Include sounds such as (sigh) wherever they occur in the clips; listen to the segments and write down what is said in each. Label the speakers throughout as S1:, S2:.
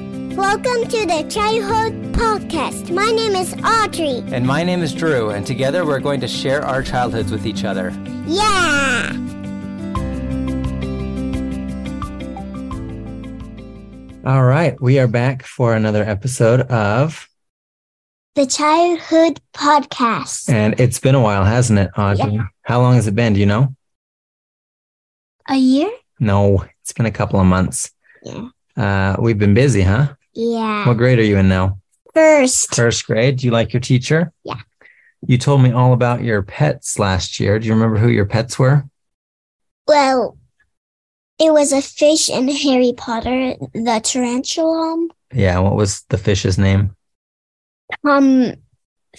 S1: Welcome to the Childhood Podcast. My name is Audrey.
S2: And my name is Drew, and together we're going to share our childhoods with each other.
S1: Yeah!
S2: All right, we are back for another episode of,
S1: The Childhood Podcast.
S2: and it's been a while, hasn't it, Audrey? How long has it been? Do you know?
S1: A year?
S2: No, it's been a couple of months.
S1: Yeah. Mm.
S2: Uh, we've been busy, huh?
S1: Yeah.
S2: What grade are you in now?
S1: First,
S2: First grade. Do you like your teacher?
S1: Yeah.
S2: You told me all about your pets last year. Do you remember who your pets were?
S1: well, it was a fish in Harry Potter, the tarantula.
S2: Yeah. What was the fish's name?
S1: Um,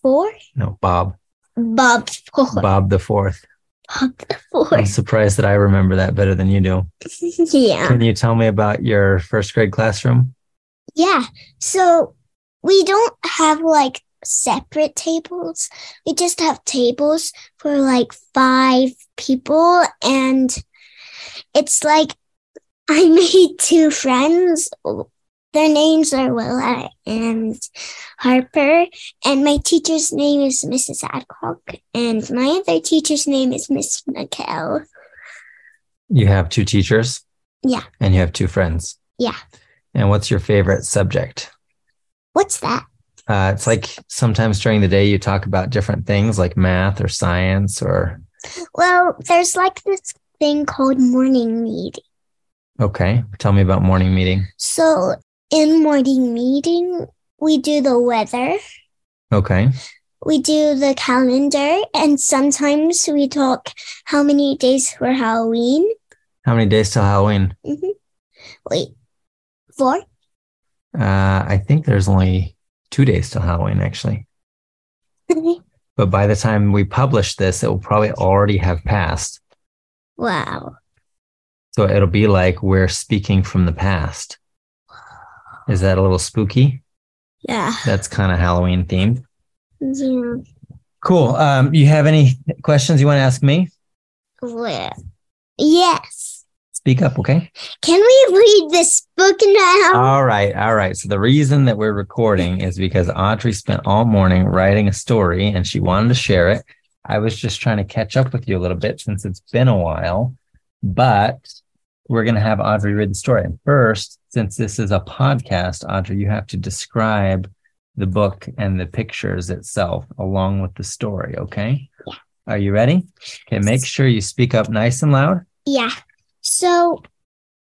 S1: four?
S2: No, Bob.
S1: Bob four.
S2: Bob the fourth.
S1: Bob the
S2: I'm
S1: four.
S2: surprised that I remember that better than you do.
S1: (laughs) yeah.
S2: Can you tell me about your first grade classroom?
S1: Yeah. So we don't have like separate tables. We just have tables for like five people. And it's like (laughs) I made two friends. Their names are Willa and Harper. And my teacher's name is Mrs. Adcock. And my other teacher's name is Miss McKell.
S2: You have two teachers.
S1: Yeah.
S2: And you have two friends.
S1: Yeah.
S2: And what's your favorite subject?
S1: What's that?
S2: Uh, it's like sometimes during the day you talk about different things like math or science or
S1: Well, there's like this thing called morning meeting.
S2: okay. Tell me about morning meeting.
S1: So in morning meeting, we do the weather,
S2: Okay.
S1: we do the calendar, and sometimes we talk how many days for Halloween.
S2: How many days till Halloween?
S1: hmm Wait, four? (laughs)
S2: Uh, I think there's only two days till Halloween actually. But by the time we publish this, it will probably already have passed.
S1: wow.
S2: So it'll be like we're speaking from the past. Is that a little spooky?
S1: Yeah.
S2: That's kind of Halloween themed.
S1: Yeah.
S2: Cool. Um, you have any questions you want to ask me?
S1: Well, Yes.
S2: Speak up, okay?
S1: Can we read this book now?
S2: All right, all right. So the reason that we're recording is because Audrey spent all morning writing a story and she wanted to share it. I was just trying to catch up with you a little bit since it's been a while, but we're going to have Audrey read the story. And first, since this is a podcast, Audrey, you have to describe the book and the pictures itself along with the story, okay?
S1: Yeah.
S2: Are you ready? Okay, make sure you speak up nice and loud.
S1: Yeah. So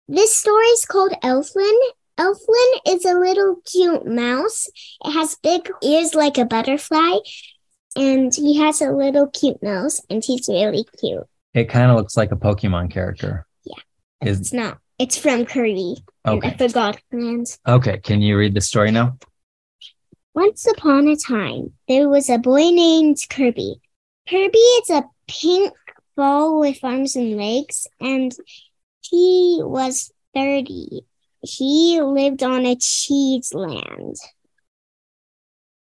S1: this story is called Elflin. Elflin is a little cute mouse. It has big ears like a butterfly, and he has a little cute nose, and he's really cute.
S2: It kind of looks like a Pokemon character. Yeah. Is
S1: It's not. It's from Kirby. and I
S2: okay.
S1: forgot plans.
S2: Okay. Can you read the story now?
S1: Once upon a time, there was a boy named Kirby. Kirby is a pink ball with arms and legs, and he was 30. He lived on a cheese land.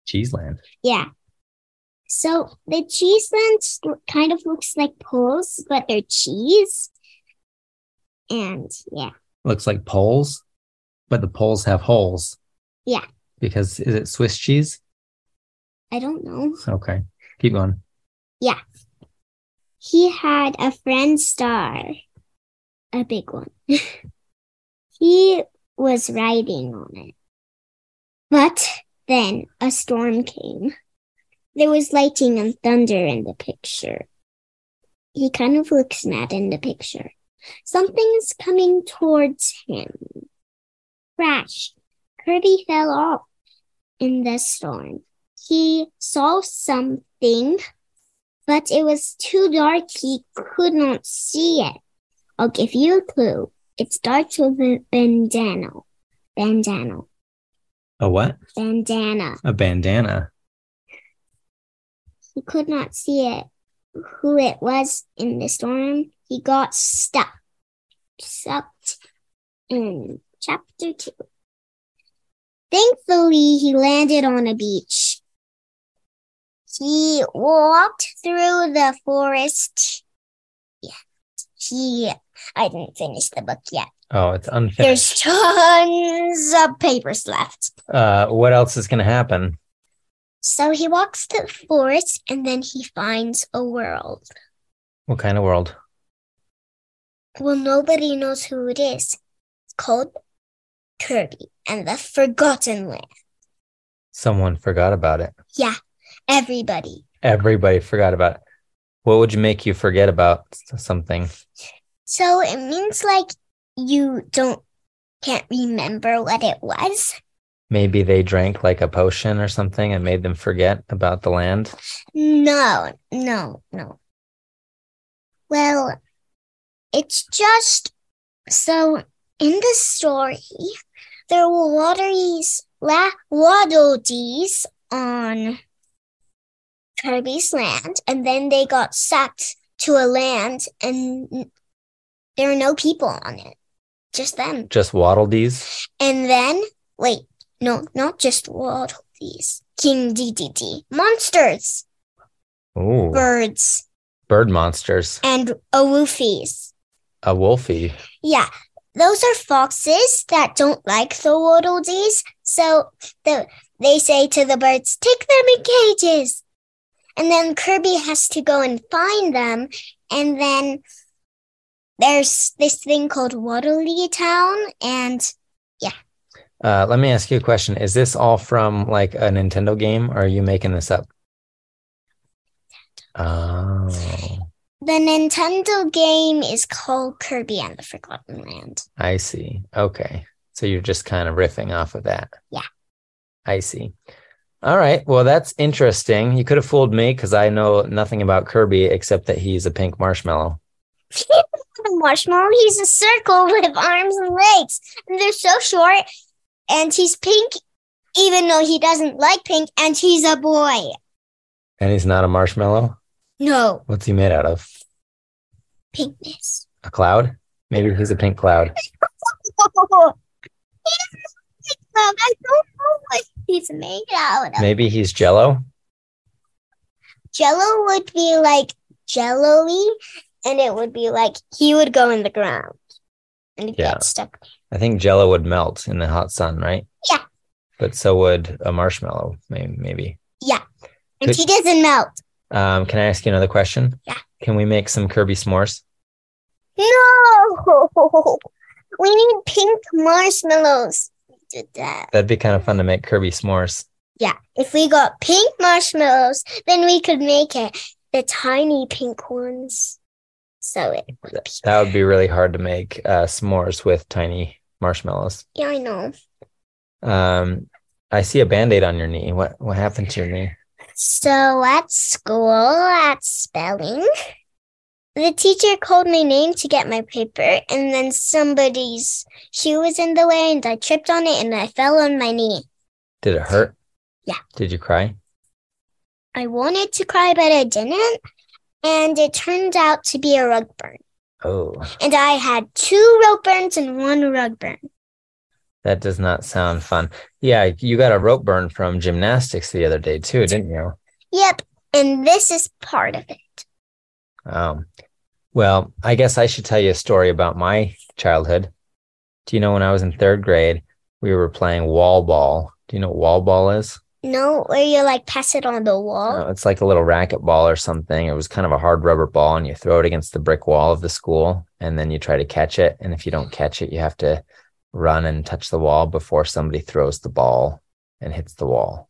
S2: Cheeseland.
S1: Yeah. So the cheese lands kind of looks like poles, but they're cheese. And yeah,
S2: Looks like poles, but the poles have holes.
S1: Yeah.
S2: Because is it Swiss cheese?
S1: I don't know.
S2: Okay. Keep going.
S1: He had a friend star, a big one. (laughs) he was riding on it. But then a storm came. There was lightning and thunder in the picture. He kind of looks mad in the picture. Something is coming towards him. Crash! Kirby fell off in the storm. He saw something but it was too dark he could not see it. I'll give you a clue. It starts with a bandana. Bandana.
S2: A what?
S1: Bandana.
S2: A bandana.
S1: He could not see it, who it was in the storm. He got stuck. Sucked in chapter two. Thankfully, he landed on a beach. He walked through the forest. Yeah. she, I didn't finish the book yet.
S2: Oh, it's
S1: There's
S2: unfinished.
S1: tons of papers left.
S2: Uh, what else is going to happen?
S1: So he walks the forest and then he finds a world.
S2: What kind of world?
S1: Well, nobody knows who it is. It's called Kirby and the Forgotten Land.
S2: Someone forgot about it.
S1: Everybody.
S2: Everybody forgot about it. What would you make you forget about s- something?
S1: So it means like you don't can't remember what it was.
S2: Maybe they drank like a potion or something and made them forget about the land.
S1: No, no, no. Well, it's just so in the story, there were wateries, la- waddledees on Kirby's land, and then they got sucked to a land, and there are no people on it, just them.
S2: Just waddledees.
S1: And then, wait, no, not just waddle these. King DDD. Monsters,
S2: Ooh,
S1: birds,
S2: bird monsters.
S1: and awoofies.
S2: A wolfie.
S1: Yeah, those are foxes that don't like the waddle dees. So the, they say to the birds, take them in cages. And then Kirby has to go and find them. And then there's this thing called Waddly Town, and
S2: Uh, let me ask you a question. Is this all from like a Nintendo game or are you making this up? Oh,
S1: The Nintendo game is called Kirby and the Forgotten Land.
S2: I see. Okay. So you're just kind of riffing off of that.
S1: Yeah.
S2: I see. All right. Well, that's interesting. You could have fooled me because I know nothing about Kirby except that he's a pink marshmallow.
S1: The marshmallow, he's a circle with arms and legs. And they're so short. And he's pink, even though he doesn't like pink. And he's a boy.
S2: And he's not a marshmallow.
S1: No,
S2: What's he made out of?
S1: pinkness. (laughs)
S2: A cloud? Maybe he's a pink cloud.
S1: He doesn't like them. I don't know what he's made out of.
S2: Maybe he's jello.
S1: Jello would be like jello-y. And it would be like he would go in the ground and
S2: Yeah.
S1: get stuck
S2: I think jello would melt in the hot sun, right?
S1: Yeah.
S2: But so would a marshmallow, may- maybe.
S1: And
S2: Could-
S1: he doesn't melt.
S2: Um, can I ask you another question?
S1: Yeah.
S2: Can we make some Kirby s'mores?
S1: No! (laughs) We need pink marshmallows. We did that.
S2: That'd be kind of fun to make Kirby s'mores.
S1: Yeah, if we got pink marshmallows, then we could make it the tiny pink ones. So it would be.
S2: That would be really hard to make uh, s'mores with tiny marshmallows.
S1: Yeah, I know.
S2: Um, I see a band-aid on your knee. What what happened to your knee?
S1: So at school, at spelling, the teacher called my name to get my paper, and then somebody's shoe was in the way, and I tripped on it and I fell on my knee.
S2: Did it hurt?
S1: Yeah.
S2: Did you cry?
S1: I wanted to cry, but I didn't. And it turned out to be a rug burn.
S2: Oh,
S1: And I had two rope burns and one rug burn.
S2: that does not sound fun. Yeah, you got a rope burn from gymnastics the other day too, didn't you?
S1: Yep. And this is part of it.
S2: Um, well, I guess I should tell you a story about my childhood. Do you know when I was in third grade, we were playing wall ball? Do you know what wall ball is?
S1: No, where you like pass it on the wall.
S2: Uh, it's like a little racket ball or something. It was kind of a hard rubber ball, and you throw it against the brick wall of the school, and then you try to catch it. And if you don't catch it, you have to run and touch the wall before somebody throws the ball and hits the wall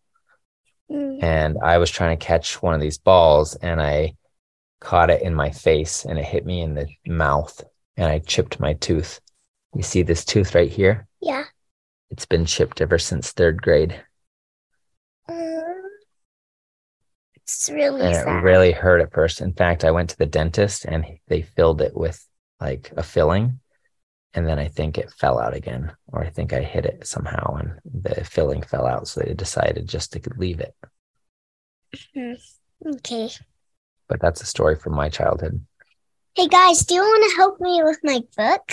S1: Mm.
S2: and I was trying to catch one of these balls and I caught it in my face and it hit me in the mouth and I chipped my tooth. You see this tooth right here?
S1: Yeah.
S2: It's been chipped ever since third grade.
S1: Mm. It's really
S2: And it
S1: sad.
S2: really hurt at first. In fact, I went to the dentist and they filled it with like a filling. And then I think it fell out again, or I think I hit it somehow and the filling fell out. So they decided just to leave it.
S1: okay.
S2: But that's a story from my childhood.
S1: Hey guys, do you want to help me with my book?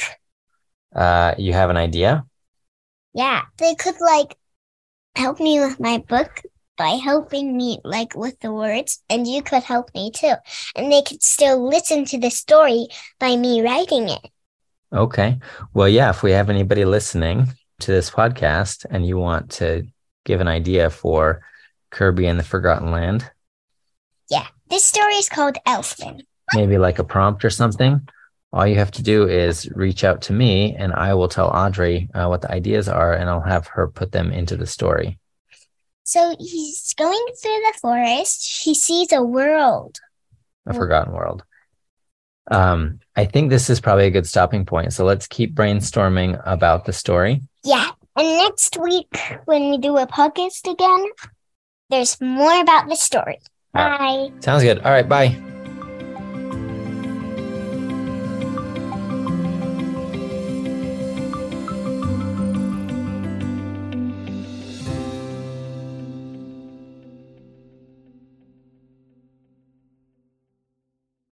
S2: Uh, you have an idea?
S1: Yeah. They could like help me with my book by helping me, like with the words, and you could help me too. And they could still listen to the story by me writing it.
S2: Okay. Well, yeah, if we have anybody listening to this podcast and you want to give an idea for Kirby and the Forgotten Land,
S1: Yeah, this story is called Elfman.
S2: maybe like a prompt or something, all you have to do is reach out to me and I will tell Audrey uh, what the ideas are and I'll have her put them into the story.
S1: So he's going through the forest. He sees a world.
S2: A
S1: Mm.
S2: Forgotten World. Um, I think this is probably a good stopping point. So let's keep brainstorming about the story.
S1: Yeah. And next week, when we do a podcast again, there's more about the story.
S2: All right.
S1: Bye.
S2: Sounds good. All right. Bye.